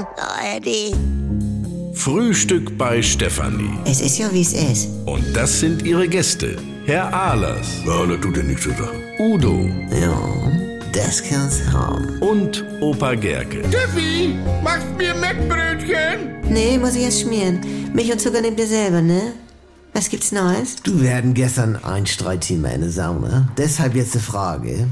ARD. Frühstück bei Stefanie. Es ist ja, wie es ist. Und das sind ihre Gäste. Herr Ahlers. Ja, das tut ja nichts zu sagen. Udo Ja, das kann's haben. und Opa Gerke. Steffi, machst mir Mettbrötchen? Nee, muss ich erst schmieren. Milch und Zucker nehmt ihr selber, ne? Was gibt's Neues? Du, wir hatten gestern ein Streitthema in der Sauna. Deshalb jetzt die Frage.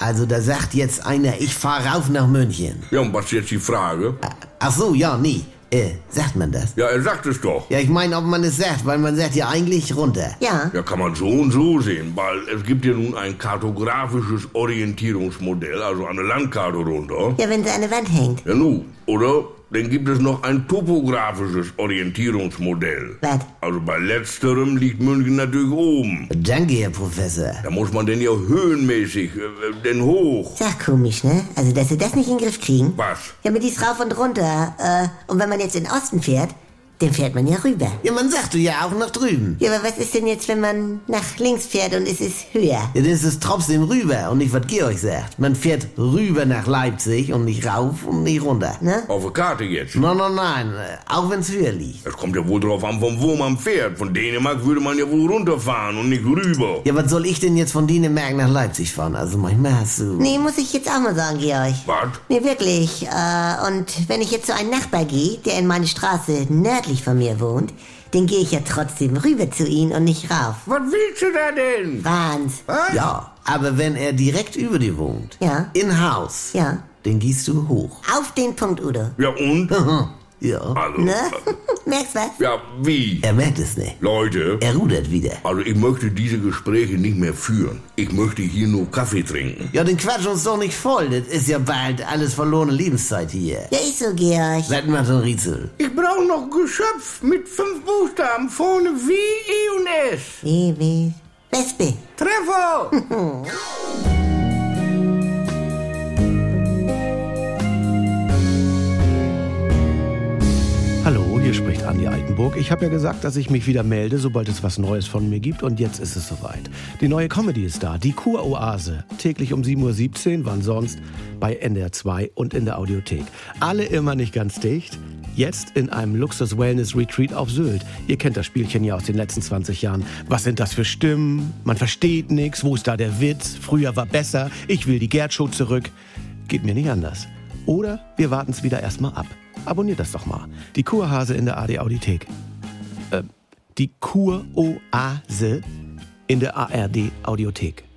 Also da sagt jetzt einer, ich fahre rauf nach München. Ja, und was ist jetzt die Frage? Ach so, ja, nie. Äh, sagt man das? Ja, er sagt es doch. Ja, ich meine, ob man es sagt, weil man sagt ja eigentlich runter. Ja. Ja, kann man so und so sehen, weil es gibt ja nun ein kartografisches Orientierungsmodell, also eine Landkarte runter. Ja, wenn sie an der Wand hängt. Ja, nu, oder? Dann gibt es noch ein topografisches Orientierungsmodell. Was? Also bei letzterem liegt München natürlich oben. Danke, Herr Professor. Da muss man denn ja höhenmäßig, äh, äh, denn hoch. Sag komisch, ne? Also, dass sie das nicht in den Griff kriegen. Was? Ja, mit dies rauf und runter. Äh, und wenn man jetzt in den Osten fährt, dann fährt man ja rüber. Ja, man sagt ja auch nach drüben. Ja, aber was ist denn jetzt, wenn man nach links fährt und es ist höher? Ja, das ist trotzdem rüber und nicht, was Georg sagt. Man fährt rüber nach Leipzig und nicht rauf und nicht runter. Ne? Auf der Karte jetzt. Nein, nein, nein, äh, auch wenn's höher liegt. Es kommt ja wohl drauf an, von wo man fährt. Von Dänemark würde man ja wohl runterfahren und nicht rüber. Ja, was soll ich denn jetzt von Dänemark nach Leipzig fahren? Also manchmal hast du... Nee, muss ich jetzt auch mal sagen, Georg. Was? Nee, wirklich. Äh, und wenn ich jetzt zu einem Nachbar gehe, der in meine Straße nördlich von mir wohnt, dann gehe ich ja trotzdem rüber zu ihm und nicht rauf. Was willst du da denn? Wahns. Ja, aber wenn er direkt über dir wohnt, Ja. in Haus, Ja. den gehst du hoch. Auf den Punkt, Udo. Ja und? Aha, ja. Also, Ne? Merkst was? ja, wie? Er merkt es nicht. Leute, Er rudert wieder. also ich möchte diese Gespräche nicht mehr führen. Ich möchte hier nur Kaffee trinken. Ja, den quatsch uns doch nicht voll. Das ist ja bald alles verlorene Lebenszeit hier. Ja, ist so, Georg. Seid mal so ein Rätsel. Ich brauche noch Geschöpf mit fünf Buchstaben vorne W, E und S. Wie, wie? Wespe. Treffer! Hallo, hier spricht Andi Altenburg. Ich habe ja gesagt, dass ich mich wieder melde, sobald es was Neues von mir gibt. Und jetzt ist es soweit. Die neue Comedy ist da, die Kuroase. Täglich um 7.17 Uhr, wann sonst, bei NDR 2 und in der Audiothek. Alle immer nicht ganz dicht. Jetzt in einem Luxus-Wellness-Retreat auf Sylt. Ihr kennt das Spielchen ja aus den letzten 20 Jahren. Was sind das für Stimmen? Man versteht nichts. Wo ist da der Witz? Früher war besser. Ich will die Gerd-Show zurück. Geht mir nicht anders. Oder wir warten es wieder erstmal ab. Abonniert das doch mal. Die Kurhase in der AD Audiothek. Äh, die Kuroase in der ARD Audiothek.